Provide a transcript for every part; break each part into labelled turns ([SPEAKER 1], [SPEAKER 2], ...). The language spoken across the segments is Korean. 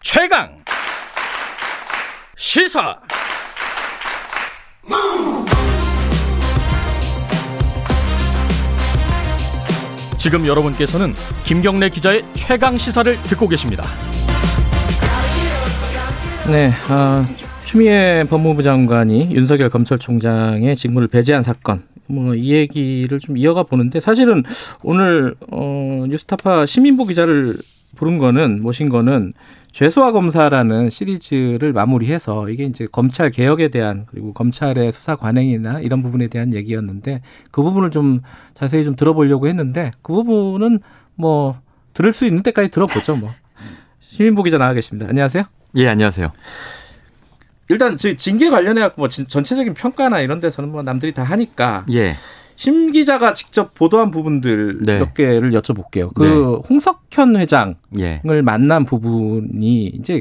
[SPEAKER 1] 최강 시사 지금 여러분께서는 김경래 기자의 최강 시사를 듣고 계십니다.
[SPEAKER 2] 네, 아, 추미애 법무부 장관이 윤석열 검찰총장의 직무를 배제한 사건. 뭐 이 얘기를 좀 이어가 보는데 사실은 오늘 어, 뉴스타파 시민보 기자를 부른 거는 모신 거는 죄수와 검사라는 시리즈를 마무리해서 이게 이제 검찰 개혁에 대한 그리고 검찰의 수사 관행이나 이런 부분에 대한 얘기였는데 그 부분을 좀 자세히 좀 들어보려고 했는데 그 부분은 뭐 들을 수 있는 때까지 들어보죠 뭐 시민보 기자 나와 계십니다 안녕하세요.
[SPEAKER 3] 예, 안녕하세요.
[SPEAKER 2] 일단 저 징계 관련해 갖고 뭐 진- 전체적인 평가나 이런 데서는 뭐 남들이 다 하니까
[SPEAKER 3] 예.
[SPEAKER 2] 심 기자가 직접 보도한 부분들
[SPEAKER 3] 네.
[SPEAKER 2] 몇 개를 여쭤볼게요. 그
[SPEAKER 3] 네.
[SPEAKER 2] 홍석현 회장을
[SPEAKER 3] 예.
[SPEAKER 2] 만난 부분이 이제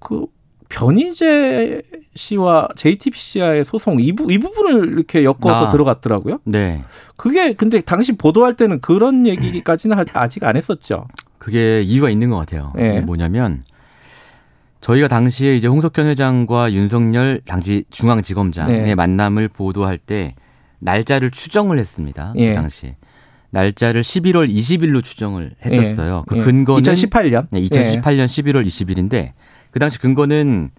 [SPEAKER 2] 그 변희재 씨와 JTBC와의 소송 이, 부, 이 부분을 이렇게 엮어서
[SPEAKER 3] 아.
[SPEAKER 2] 들어갔더라고요.
[SPEAKER 3] 네.
[SPEAKER 2] 그게 근데 당시 보도할 때는 그런 얘기까지는 하- 아직 안 했었죠.
[SPEAKER 3] 그게 이유가 있는 것 같아요.
[SPEAKER 2] 예.
[SPEAKER 3] 이게 뭐냐면 저희가 당시에 이제 홍석현 회장과 윤석열 당시 중앙지검장의
[SPEAKER 2] 네.
[SPEAKER 3] 만남을 보도할 때 날짜를 추정을 했습니다.
[SPEAKER 2] 예.
[SPEAKER 3] 그 당시에 날짜를 11월 20일로 추정을 했었어요. 그
[SPEAKER 2] 예.
[SPEAKER 3] 근거는
[SPEAKER 2] 2018년.
[SPEAKER 3] 네, 2018년 11월 20일인데 그 당시 근거는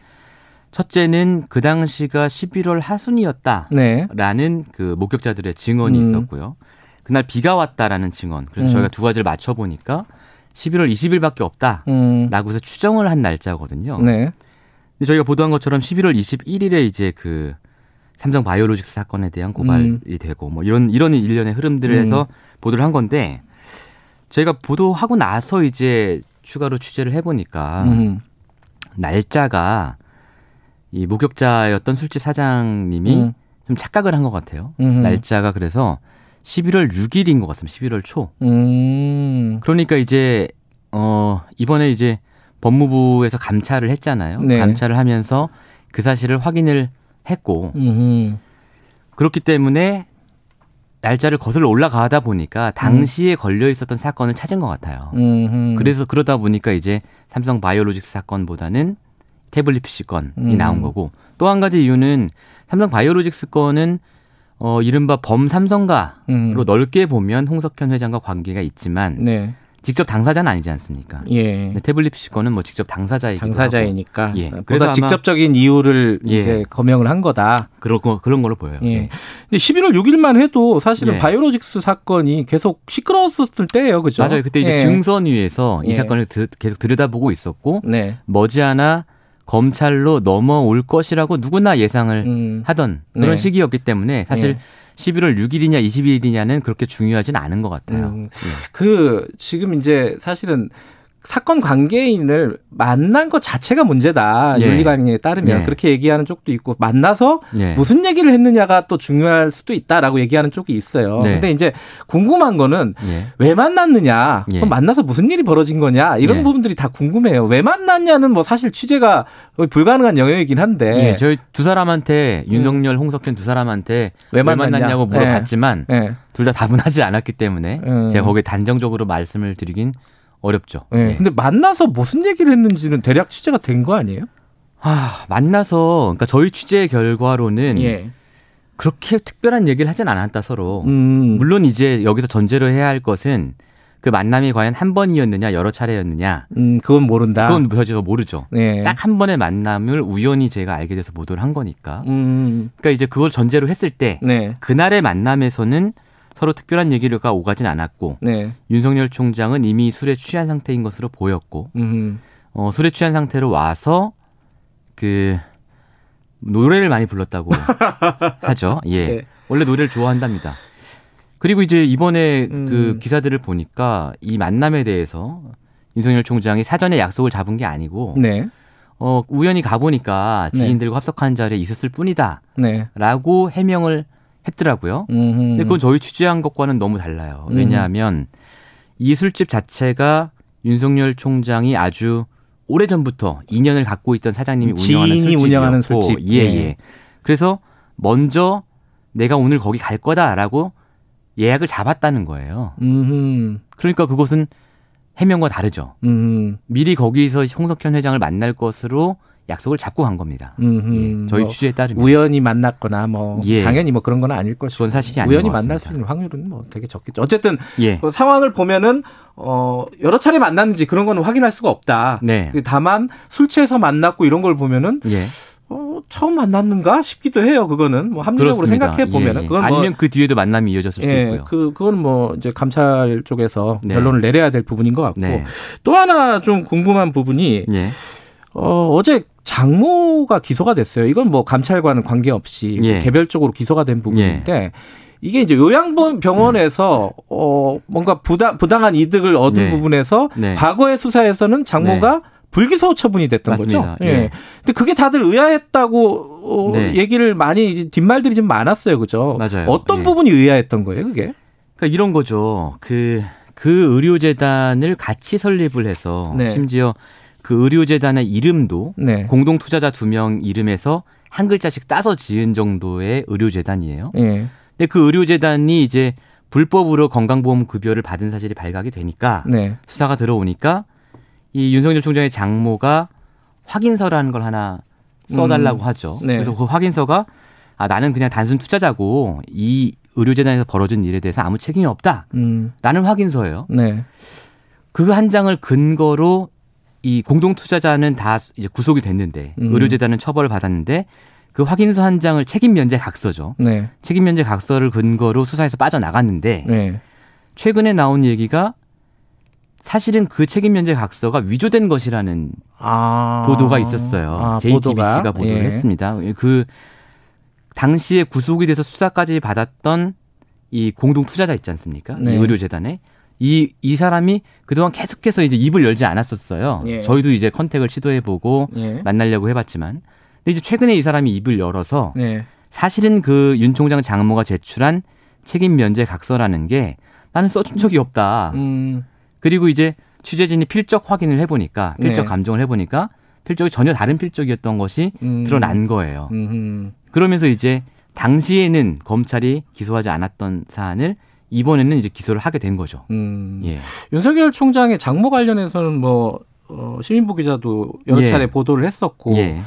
[SPEAKER 3] 첫째는 그 당시가 11월 하순이었다.
[SPEAKER 2] 예. 네.
[SPEAKER 3] 라는 그 목격자들의 증언이
[SPEAKER 2] 음.
[SPEAKER 3] 있었고요. 그날 비가 왔다라는 증언. 그래서
[SPEAKER 2] 음.
[SPEAKER 3] 저희가 두 가지를 맞춰 보니까 11월 20일밖에 없다라고
[SPEAKER 2] 음.
[SPEAKER 3] 해서 추정을 한 날짜거든요.
[SPEAKER 2] 네.
[SPEAKER 3] 근데 저희가 보도한 것처럼 11월 21일에 이제 그 삼성 바이오로직스 사건에 대한 고발이 되고 뭐 이런 이런 일련의 흐름들을
[SPEAKER 2] 음.
[SPEAKER 3] 해서 보도를 한 건데 저희가 보도하고 나서 이제 추가로 취재를 해 보니까
[SPEAKER 2] 음.
[SPEAKER 3] 날짜가 이 목격자였던 술집 사장님이
[SPEAKER 2] 음.
[SPEAKER 3] 좀 착각을 한 것 같아요.
[SPEAKER 2] 음.
[SPEAKER 3] 날짜가 그래서 11월 6일인 것 같습니다. 11월 초.
[SPEAKER 2] 음.
[SPEAKER 3] 그러니까 이제 어 이번에 이제 법무부에서 감찰을 했잖아요.
[SPEAKER 2] 네.
[SPEAKER 3] 감찰을 하면서 그 사실을 확인을 했고
[SPEAKER 2] 음.
[SPEAKER 3] 그렇기 때문에 날짜를 거슬러 올라가다 보니까 당시에 걸려 있었던 사건을 찾은 것 같아요.
[SPEAKER 2] 음.
[SPEAKER 3] 그래서 그러다 보니까 이제 삼성 바이오로직스 사건보다는 태블릿 PC 건이
[SPEAKER 2] 음.
[SPEAKER 3] 나온 거고 또 한 가지 이유는 삼성 바이오로직스 건은 어 이른바 범 삼성가로
[SPEAKER 2] 음.
[SPEAKER 3] 넓게 보면 홍석현 회장과 관계가 있지만
[SPEAKER 2] 네.
[SPEAKER 3] 직접 당사자는 아니지 않습니까?
[SPEAKER 2] 예.
[SPEAKER 3] 근데 태블릿 PC 건은 뭐 직접 당사자이기도 네, 하고
[SPEAKER 2] 당사자이니까
[SPEAKER 3] 예.
[SPEAKER 2] 그래서
[SPEAKER 3] 그래서
[SPEAKER 2] 보다
[SPEAKER 3] 아마-
[SPEAKER 2] 직접적인 이유를
[SPEAKER 3] 예.
[SPEAKER 2] 이제 검명을 한 거다.
[SPEAKER 3] 그런 거 그런 걸로 보여요.
[SPEAKER 2] 예.
[SPEAKER 3] 예.
[SPEAKER 2] 근데 11월 6일만 해도 사실은
[SPEAKER 3] 예.
[SPEAKER 2] 바이오로직스 사건이 계속 시끄러웠을 때예요, 그죠?
[SPEAKER 3] 맞아요. 그때 이제
[SPEAKER 2] 예.
[SPEAKER 3] 증선위에서
[SPEAKER 2] 예.
[SPEAKER 3] 이 사건을 드- 계속 들여다보고 있었고
[SPEAKER 2] 네.
[SPEAKER 3] 머지않아 검찰로 넘어올 것이라고 누구나 예상을
[SPEAKER 2] 음.
[SPEAKER 3] 하던 그런
[SPEAKER 2] 네.
[SPEAKER 3] 시기였기 때문에 사실
[SPEAKER 2] 네.
[SPEAKER 3] 11월 6일이냐 22일이냐는 그렇게 중요하진 않은 것 같아요.
[SPEAKER 2] 음.
[SPEAKER 3] 예.
[SPEAKER 2] 그 지금 이제 사실은 사건 관계인을 만난 것 자체가 문제다.
[SPEAKER 3] 예.
[SPEAKER 2] 윤리강에 따르면
[SPEAKER 3] 예.
[SPEAKER 2] 그렇게 얘기하는 쪽도 있고 만나서
[SPEAKER 3] 예.
[SPEAKER 2] 무슨 얘기를 했느냐가 또 중요할 수도 있다라고 얘기하는 쪽이 있어요.
[SPEAKER 3] 네.
[SPEAKER 2] 근데 이제 궁금한 거는
[SPEAKER 3] 예.
[SPEAKER 2] 왜 만났느냐,
[SPEAKER 3] 예.
[SPEAKER 2] 그럼 만나서 무슨 일이 벌어진 거냐 이런
[SPEAKER 3] 예.
[SPEAKER 2] 부분들이 다 궁금해요. 왜 만났냐는 뭐 사실 취재가 거의 불가능한 영역이긴 한데.
[SPEAKER 3] 예, 저희 두 사람한테 윤석열, 홍석현 두 사람한테
[SPEAKER 2] 음. 왜
[SPEAKER 3] 왜
[SPEAKER 2] 만났냐?
[SPEAKER 3] 만났냐고 뭐 물어봤지만
[SPEAKER 2] 예.
[SPEAKER 3] 둘 다 답은 하지 않았기 때문에
[SPEAKER 2] 음.
[SPEAKER 3] 제가 거기에 단정적으로 말씀을 드리긴 어렵죠.
[SPEAKER 2] 예.
[SPEAKER 3] 예.
[SPEAKER 2] 근데 만나서 무슨 얘기를 했는지는 대략 취재가 된 거 아니에요?
[SPEAKER 3] 아, 만나서 그러니까 저희 취재 결과로는 그렇게 특별한 얘기를 하진 않았다 서로.
[SPEAKER 2] 예. 음.
[SPEAKER 3] 물론 이제 여기서 전제로 해야 할 것은 그 만남이 과연 한 번이었느냐 여러 차례였느냐
[SPEAKER 2] 음, 그건 모른다.
[SPEAKER 3] 그건 저희가 모르죠.
[SPEAKER 2] 예.
[SPEAKER 3] 딱 한 번의 만남을 우연히 제가 알게 돼서 보도를 한 거니까.
[SPEAKER 2] 음.
[SPEAKER 3] 그러니까 이제 그걸 전제로 했을 때
[SPEAKER 2] 네.
[SPEAKER 3] 그날의 만남에서는 서로 특별한 얘기가 오가진 않았고
[SPEAKER 2] 네.
[SPEAKER 3] 윤석열 총장은 이미 술에 취한 상태인 것으로 보였고
[SPEAKER 2] 음.
[SPEAKER 3] 어, 술에 취한 상태로 와서 그 노래를 많이 불렀다고 하죠. 예.
[SPEAKER 2] 네.
[SPEAKER 3] 원래 노래를 좋아한답니다. 그리고 이제 이번에
[SPEAKER 2] 음.
[SPEAKER 3] 그 기사들을 보니까 이 만남에 대해서 윤석열 총장이 사전에 약속을 잡은 게 아니고
[SPEAKER 2] 네.
[SPEAKER 3] 어, 우연히 가보니까
[SPEAKER 2] 네.
[SPEAKER 3] 지인들과 합석한 자리에 있었을 뿐이다.
[SPEAKER 2] 네.
[SPEAKER 3] 라고 해명을 했더라고요.
[SPEAKER 2] 음.
[SPEAKER 3] 근데 그건 저희 취재한 것과는 너무 달라요.
[SPEAKER 2] 음.
[SPEAKER 3] 왜냐하면 이 술집 자체가 윤석열 총장이 아주 오래전부터 인연을 갖고 있던 사장님이 운영하는
[SPEAKER 2] 지인이
[SPEAKER 3] 술집이었고
[SPEAKER 2] 운영하는 술집.
[SPEAKER 3] 예,
[SPEAKER 2] 예.
[SPEAKER 3] 예. 그래서 먼저 내가 오늘 거기 갈 거다라고 예약을 잡았다는 거예요.
[SPEAKER 2] 음.
[SPEAKER 3] 그러니까 그것은 해명과 다르죠.
[SPEAKER 2] 음,
[SPEAKER 3] 미리 거기서 홍석현 회장을 만날 것으로 약속을 잡고 간 겁니다.
[SPEAKER 2] 음,
[SPEAKER 3] 예, 저희
[SPEAKER 2] 뭐
[SPEAKER 3] 취재에 따르면
[SPEAKER 2] 우연히 만났거나 뭐
[SPEAKER 3] 예.
[SPEAKER 2] 당연히 뭐 그런 건 아닐 것이고
[SPEAKER 3] 그건 사실이 아닌
[SPEAKER 2] 우연히
[SPEAKER 3] 것
[SPEAKER 2] 만날 수
[SPEAKER 3] 같습니다.
[SPEAKER 2] 있는 확률은 뭐 되게 적겠죠. 어쨌든
[SPEAKER 3] 예,
[SPEAKER 2] 그 상황을 보면은 어 여러 차례 만났는지 그런 거는 확인할 수가 없다. 그
[SPEAKER 3] 네,
[SPEAKER 2] 다만 술 취해서 만났고 이런 걸 보면은
[SPEAKER 3] 예,
[SPEAKER 2] 어, 처음 만났는가 싶기도 해요. 그거는 뭐 합리적으로
[SPEAKER 3] 그렇습니다.
[SPEAKER 2] 생각해 보면은
[SPEAKER 3] 예, 예.
[SPEAKER 2] 그건 뭐
[SPEAKER 3] 아니면 그 뒤에도 만남이 이어졌을 수
[SPEAKER 2] 예,
[SPEAKER 3] 있고요.
[SPEAKER 2] 그 그건 뭐 이제 감찰 쪽에서
[SPEAKER 3] 네.
[SPEAKER 2] 결론을 내려야 될 부분인 것 같고
[SPEAKER 3] 네,
[SPEAKER 2] 또 하나 좀 궁금한 부분이
[SPEAKER 3] 예,
[SPEAKER 2] 어, 어제 장모가 기소가 됐어요. 이건 뭐 감찰과는 관계없이
[SPEAKER 3] 예.
[SPEAKER 2] 개별적으로 기소가 된 부분인데 이게 이제 요양병원에서 어, 뭔가 부당, 부당한 이득을 얻은
[SPEAKER 3] 네.
[SPEAKER 2] 부분에서
[SPEAKER 3] 네.
[SPEAKER 2] 과거의 수사에서는 장모가 불기소 처분이 됐던
[SPEAKER 3] 맞습니다.
[SPEAKER 2] 거죠.
[SPEAKER 3] 예.
[SPEAKER 2] 근데 그게 다들 의아했다고 어,
[SPEAKER 3] 네.
[SPEAKER 2] 얘기를 많이 이제 뒷말들이 좀 많았어요. 그죠?
[SPEAKER 3] 맞아요.
[SPEAKER 2] 어떤
[SPEAKER 3] 예.
[SPEAKER 2] 부분이 의아했던 거예요, 그게?
[SPEAKER 3] 그러니까 이런 거죠. 그, 그 의료재단을 같이 설립을 해서
[SPEAKER 2] 네.
[SPEAKER 3] 심지어 그 의료재단의 이름도
[SPEAKER 2] 네.
[SPEAKER 3] 공동 투자자 두 명 이름에서 한 글자씩 따서 지은 정도의 의료재단이에요.
[SPEAKER 2] 예.
[SPEAKER 3] 근데 그 의료재단이 이제 불법으로 건강보험 급여를 받은 사실이 발각이 되니까
[SPEAKER 2] 네.
[SPEAKER 3] 수사가 들어오니까 이 윤석열 총장의 장모가 확인서라는 걸 하나 써달라고 하죠.
[SPEAKER 2] 네.
[SPEAKER 3] 그래서 그 확인서가 아 나는 그냥 단순 투자자고 이 의료재단에서 벌어진 일에 대해서 아무 책임이 없다라는
[SPEAKER 2] 음.
[SPEAKER 3] 확인서예요.
[SPEAKER 2] 네.
[SPEAKER 3] 그 한 장을 근거로 이 공동 투자자는 다 이제 구속이 됐는데
[SPEAKER 2] 음.
[SPEAKER 3] 의료재단은 처벌을 받았는데 그 확인서 한 장을 책임 면제 각서죠.
[SPEAKER 2] 네.
[SPEAKER 3] 책임 면제 각서를 근거로 수사에서 빠져나갔는데
[SPEAKER 2] 네.
[SPEAKER 3] 최근에 나온 얘기가 사실은 그 책임 면제 각서가 위조된 것이라는
[SPEAKER 2] 아.
[SPEAKER 3] 보도가 있었어요.
[SPEAKER 2] 아,
[SPEAKER 3] JTBC가
[SPEAKER 2] 보도가?
[SPEAKER 3] 보도를
[SPEAKER 2] 예.
[SPEAKER 3] 했습니다. 그 당시에 구속이 돼서 수사까지 받았던 이 공동 투자자 있지 않습니까?
[SPEAKER 2] 네.
[SPEAKER 3] 이 의료재단에 이, 이 사람이 그동안 계속해서 이제 입을 열지 않았었어요.
[SPEAKER 2] 예.
[SPEAKER 3] 저희도 이제 컨택을 시도해보고
[SPEAKER 2] 예.
[SPEAKER 3] 만나려고 해봤지만. 근데 이제 최근에 이 사람이 입을 열어서
[SPEAKER 2] 네.
[SPEAKER 3] 사실은 그 윤 총장 장모가 제출한 책임 면제 각서라는 게 나는 써준 적이 없다.
[SPEAKER 2] 음.
[SPEAKER 3] 그리고 이제 취재진이 필적 확인을 해보니까 필적
[SPEAKER 2] 네.
[SPEAKER 3] 감정을 해보니까 필적이 전혀 다른 필적이었던 것이
[SPEAKER 2] 음.
[SPEAKER 3] 드러난 거예요.
[SPEAKER 2] 음.
[SPEAKER 3] 그러면서 이제 당시에는 검찰이 기소하지 않았던 사안을 이번에는 이제 기소를 하게 된 거죠.
[SPEAKER 2] 음.
[SPEAKER 3] 예.
[SPEAKER 2] 윤석열 총장의 장모 관련해서는 뭐 어, 시민보 기자도 여러
[SPEAKER 3] 예.
[SPEAKER 2] 차례 보도를 했었고
[SPEAKER 3] 예.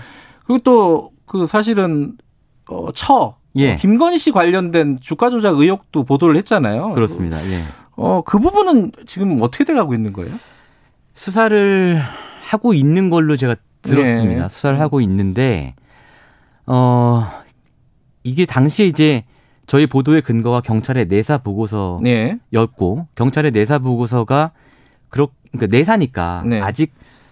[SPEAKER 2] 그리고 또 그 사실은 어, 처
[SPEAKER 3] 예.
[SPEAKER 2] 김건희 씨 관련된 주가 조작 의혹도 보도를 했잖아요.
[SPEAKER 3] 그렇습니다. 예.
[SPEAKER 2] 어, 그 부분은 지금 어떻게 돼가고 있는 거예요?
[SPEAKER 3] 수사를 하고 있는 걸로 제가 들었습니다.
[SPEAKER 2] 예.
[SPEAKER 3] 수사를 하고 있는데 어 이게 당시에 이제 저희 보도의 근거가 경찰의 내사 보고서
[SPEAKER 2] 네.
[SPEAKER 3] 였고 경찰의 내사 보고서가 그렇 그러니까 내사니까
[SPEAKER 2] 네.
[SPEAKER 3] 아직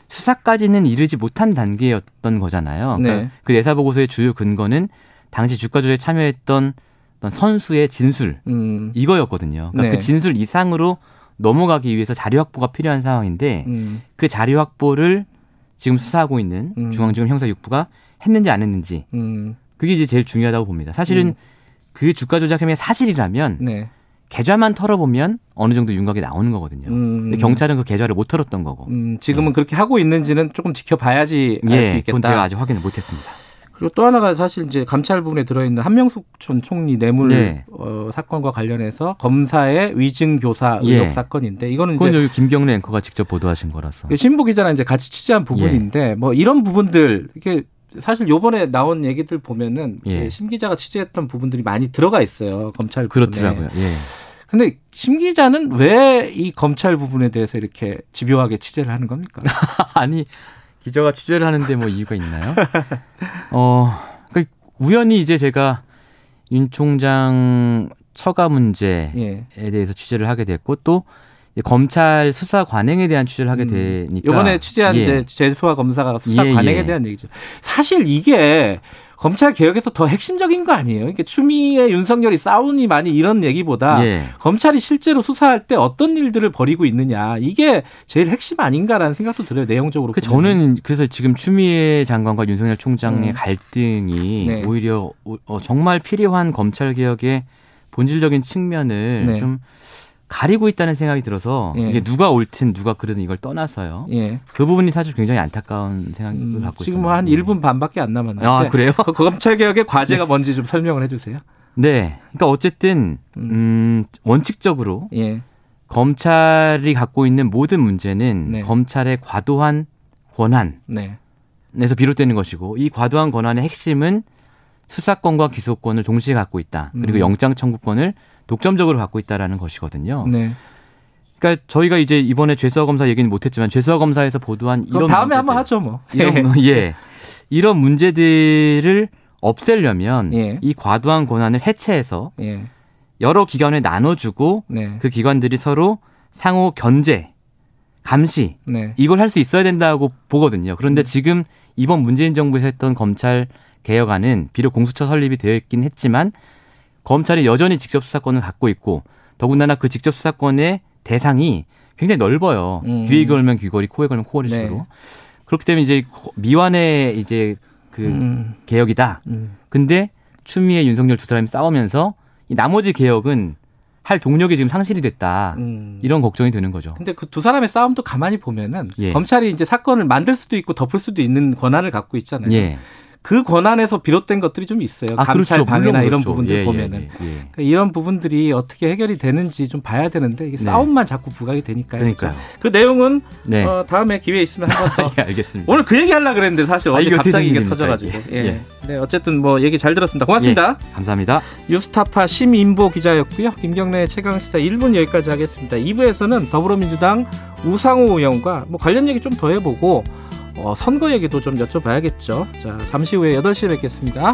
[SPEAKER 3] 수사까지는 이르지 못한 단계였던 거잖아요. 그러니까
[SPEAKER 2] 네.
[SPEAKER 3] 그 내사 보고서의 주요 근거는 당시 주가 조에 참여했던 어떤 선수의 진술
[SPEAKER 2] 음.
[SPEAKER 3] 이거였거든요. 그러니까
[SPEAKER 2] 네.
[SPEAKER 3] 그 진술 이상으로 넘어가기 위해서 자료 확보가 필요한 상황인데
[SPEAKER 2] 음.
[SPEAKER 3] 그 자료 확보를 지금 수사하고 있는
[SPEAKER 2] 음.
[SPEAKER 3] 중앙지검 형사 6부가 했는지 안 했는지
[SPEAKER 2] 음.
[SPEAKER 3] 그게 이제 제일 중요하다고 봅니다. 사실은
[SPEAKER 2] 음.
[SPEAKER 3] 그 주가 조작 혐의 사실이라면
[SPEAKER 2] 네.
[SPEAKER 3] 계좌만 털어보면 어느 정도 윤곽이 나오는 거거든요.
[SPEAKER 2] 음.
[SPEAKER 3] 예. 근데 경찰은 그 계좌를 못 털었던 거고.
[SPEAKER 2] 음, 지금은 그렇게 하고 있는지는 조금 지켜봐야지 알 수
[SPEAKER 3] 네. 예,
[SPEAKER 2] 있겠다.
[SPEAKER 3] 그건 제가 아직 확인을 못했습니다.
[SPEAKER 2] 그리고 또 하나가 사실 이제 감찰 부분에 들어있는 한명숙 전 총리 뇌물
[SPEAKER 3] 네.
[SPEAKER 2] 어, 사건과 관련해서 검사의 위증 교사
[SPEAKER 3] 예.
[SPEAKER 2] 의혹 사건인데 이거는
[SPEAKER 3] 그건
[SPEAKER 2] 이제
[SPEAKER 3] 여기 김경래 앵커가 직접 보도하신 거라서.
[SPEAKER 2] 그 신보 기자랑 이제 같이 취재한
[SPEAKER 3] 예.
[SPEAKER 2] 부분인데 뭐 이런 부분들 이게 사실 요번에 나온 얘기들 보면은
[SPEAKER 3] 예.
[SPEAKER 2] 이제 심 기자가 취재했던 부분들이 많이 들어가 있어요 검찰 부분에.
[SPEAKER 3] 그렇더라고요. 예.
[SPEAKER 2] 근데 심 기자는 왜 이 검찰 부분에 대해서 이렇게 집요하게 취재를 하는 겁니까?
[SPEAKER 3] 아니 기자가 취재를 하는데 뭐 이유가 있나요? 어, 그러니까 우연히 이제 제가 윤 총장 처가 문제에
[SPEAKER 2] 예.
[SPEAKER 3] 대해서 취재를 하게 됐고 또 이제 검찰 수사 관행에 대한 취재를 하게
[SPEAKER 2] 음.
[SPEAKER 3] 되니까
[SPEAKER 2] 이번에 취재한
[SPEAKER 3] 예.
[SPEAKER 2] 이제 제수아 검사가 수사
[SPEAKER 3] 예,
[SPEAKER 2] 관행에
[SPEAKER 3] 예.
[SPEAKER 2] 대한 얘기죠. 사실 이게 검찰 개혁에서 더 핵심적인 거 아니에요? 이게 추미애 윤석열이 싸우니 많이 이런 얘기보다
[SPEAKER 3] 예.
[SPEAKER 2] 검찰이 실제로 수사할 때 어떤 일들을 벌이고 있느냐 이게 제일 핵심 아닌가라는 생각도 들어요 내용적으로.
[SPEAKER 3] 그
[SPEAKER 2] 보면은.
[SPEAKER 3] 저는 그래서 지금 추미애 장관과 윤석열 총장의
[SPEAKER 2] 음.
[SPEAKER 3] 갈등이
[SPEAKER 2] 네.
[SPEAKER 3] 오히려 오- 어, 정말 필요한 검찰 개혁의 본질적인 측면을
[SPEAKER 2] 네.
[SPEAKER 3] 좀 가리고 있다는 생각이 들어서
[SPEAKER 2] 예.
[SPEAKER 3] 이게 누가 옳든 누가 그르든 이걸 떠나서요.
[SPEAKER 2] 예.
[SPEAKER 3] 그 부분이 사실 굉장히 안타까운 생각을
[SPEAKER 2] 음,
[SPEAKER 3] 갖고
[SPEAKER 2] 지금
[SPEAKER 3] 있습니다.
[SPEAKER 2] 한
[SPEAKER 3] 예.
[SPEAKER 2] 1분 반밖에 안 남았는데
[SPEAKER 3] 아 그래요?
[SPEAKER 2] 그 검찰 개혁의 과제가 뭔지 좀 설명을 해주세요.
[SPEAKER 3] 음, 네. 그러니까 어쨌든 음, 원칙적으로
[SPEAKER 2] 예.
[SPEAKER 3] 검찰이 갖고 있는 모든 문제는
[SPEAKER 2] 네.
[SPEAKER 3] 검찰의 과도한 권한에서
[SPEAKER 2] 네.
[SPEAKER 3] 비롯되는 것이고 이 과도한 권한의 핵심은 수사권과 기소권을 동시에 갖고 있다. 그리고
[SPEAKER 2] 음.
[SPEAKER 3] 영장 청구권을 독점적으로 갖고 있다라는 것이거든요.
[SPEAKER 2] 네.
[SPEAKER 3] 그러니까 저희가 이제 이번에 죄수화 검사 얘기는 못했지만 죄수화 검사에서 보도한
[SPEAKER 2] 그럼
[SPEAKER 3] 이런
[SPEAKER 2] 다음에
[SPEAKER 3] 문제들,
[SPEAKER 2] 한번 하죠 뭐.
[SPEAKER 3] 이런 문- 예 이런 문제들을 없애려면
[SPEAKER 2] 예.
[SPEAKER 3] 이 과도한 권한을 해체해서
[SPEAKER 2] 예.
[SPEAKER 3] 여러 기관에 나눠주고
[SPEAKER 2] 네.
[SPEAKER 3] 그 기관들이 서로 상호 견제, 감시
[SPEAKER 2] 네.
[SPEAKER 3] 이걸 할 수 있어야 된다고 보거든요.
[SPEAKER 2] 음.
[SPEAKER 3] 그런데 지금 이번 문재인 정부에서 했던 검찰 개혁안은 비록 공수처 설립이 되어 있긴 했지만 검찰이 여전히 직접 수사권을 갖고 있고 더군다나 그 직접 수사권의 대상이 굉장히 넓어요.
[SPEAKER 2] 음.
[SPEAKER 3] 귀에 걸면 귀걸이, 코에 걸면 코걸이식으로
[SPEAKER 2] 네.
[SPEAKER 3] 그렇기 때문에 이제 미완의 이제 그
[SPEAKER 2] 음.
[SPEAKER 3] 개혁이다.
[SPEAKER 2] 음.
[SPEAKER 3] 근데 추미애 윤석열 두 사람이 싸우면서 이 나머지 개혁은 할 동력이 지금 상실이 됐다.
[SPEAKER 2] 음.
[SPEAKER 3] 이런 걱정이 되는 거죠.
[SPEAKER 2] 근데 그 두 사람의 싸움도 가만히 보면은
[SPEAKER 3] 예.
[SPEAKER 2] 검찰이 이제 사건을 만들 수도 있고 덮을 수도 있는 권한을 갖고 있잖아요.
[SPEAKER 3] 예. 아,
[SPEAKER 2] 그 권한에서 비롯된 것들이 좀 있어요. 감찰 방해나
[SPEAKER 3] 물론
[SPEAKER 2] 이런
[SPEAKER 3] 그렇죠.
[SPEAKER 2] 부분들
[SPEAKER 3] 예,
[SPEAKER 2] 보면은
[SPEAKER 3] 예, 예, 예.
[SPEAKER 2] 그러니까 이런 부분들이 어떻게 해결이 되는지 좀 봐야 되는데 이게
[SPEAKER 3] 네.
[SPEAKER 2] 싸움만 자꾸 부각이 되니까요.
[SPEAKER 3] 그러니까요.
[SPEAKER 2] 그 내용은
[SPEAKER 3] 네.
[SPEAKER 2] 어, 다음에 기회 있으면 한번 더
[SPEAKER 3] 예, 알겠습니다.
[SPEAKER 2] 오늘 그 얘기 하려 그랬는데 사실
[SPEAKER 3] 아,
[SPEAKER 2] 어제
[SPEAKER 3] 이게 어떻게
[SPEAKER 2] 갑자기 이게
[SPEAKER 3] 된 일입니까,
[SPEAKER 2] 터져가지고.
[SPEAKER 3] 이게.
[SPEAKER 2] 예.
[SPEAKER 3] 예.
[SPEAKER 2] 네 어쨌든 뭐 얘기 잘 들었습니다. 고맙습니다.
[SPEAKER 3] 예, 감사합니다.
[SPEAKER 2] 뉴스타파 심인보 기자였고요. 김경래 최강시사 1분 여기까지 하겠습니다. 2부에서는 더불어민주당 우상호 의원과 뭐 관련 얘기 좀 더 해보고 어, 선거 얘기도 좀 여쭤봐야겠죠. 자 잠시 후에 8시에 뵙겠습니다.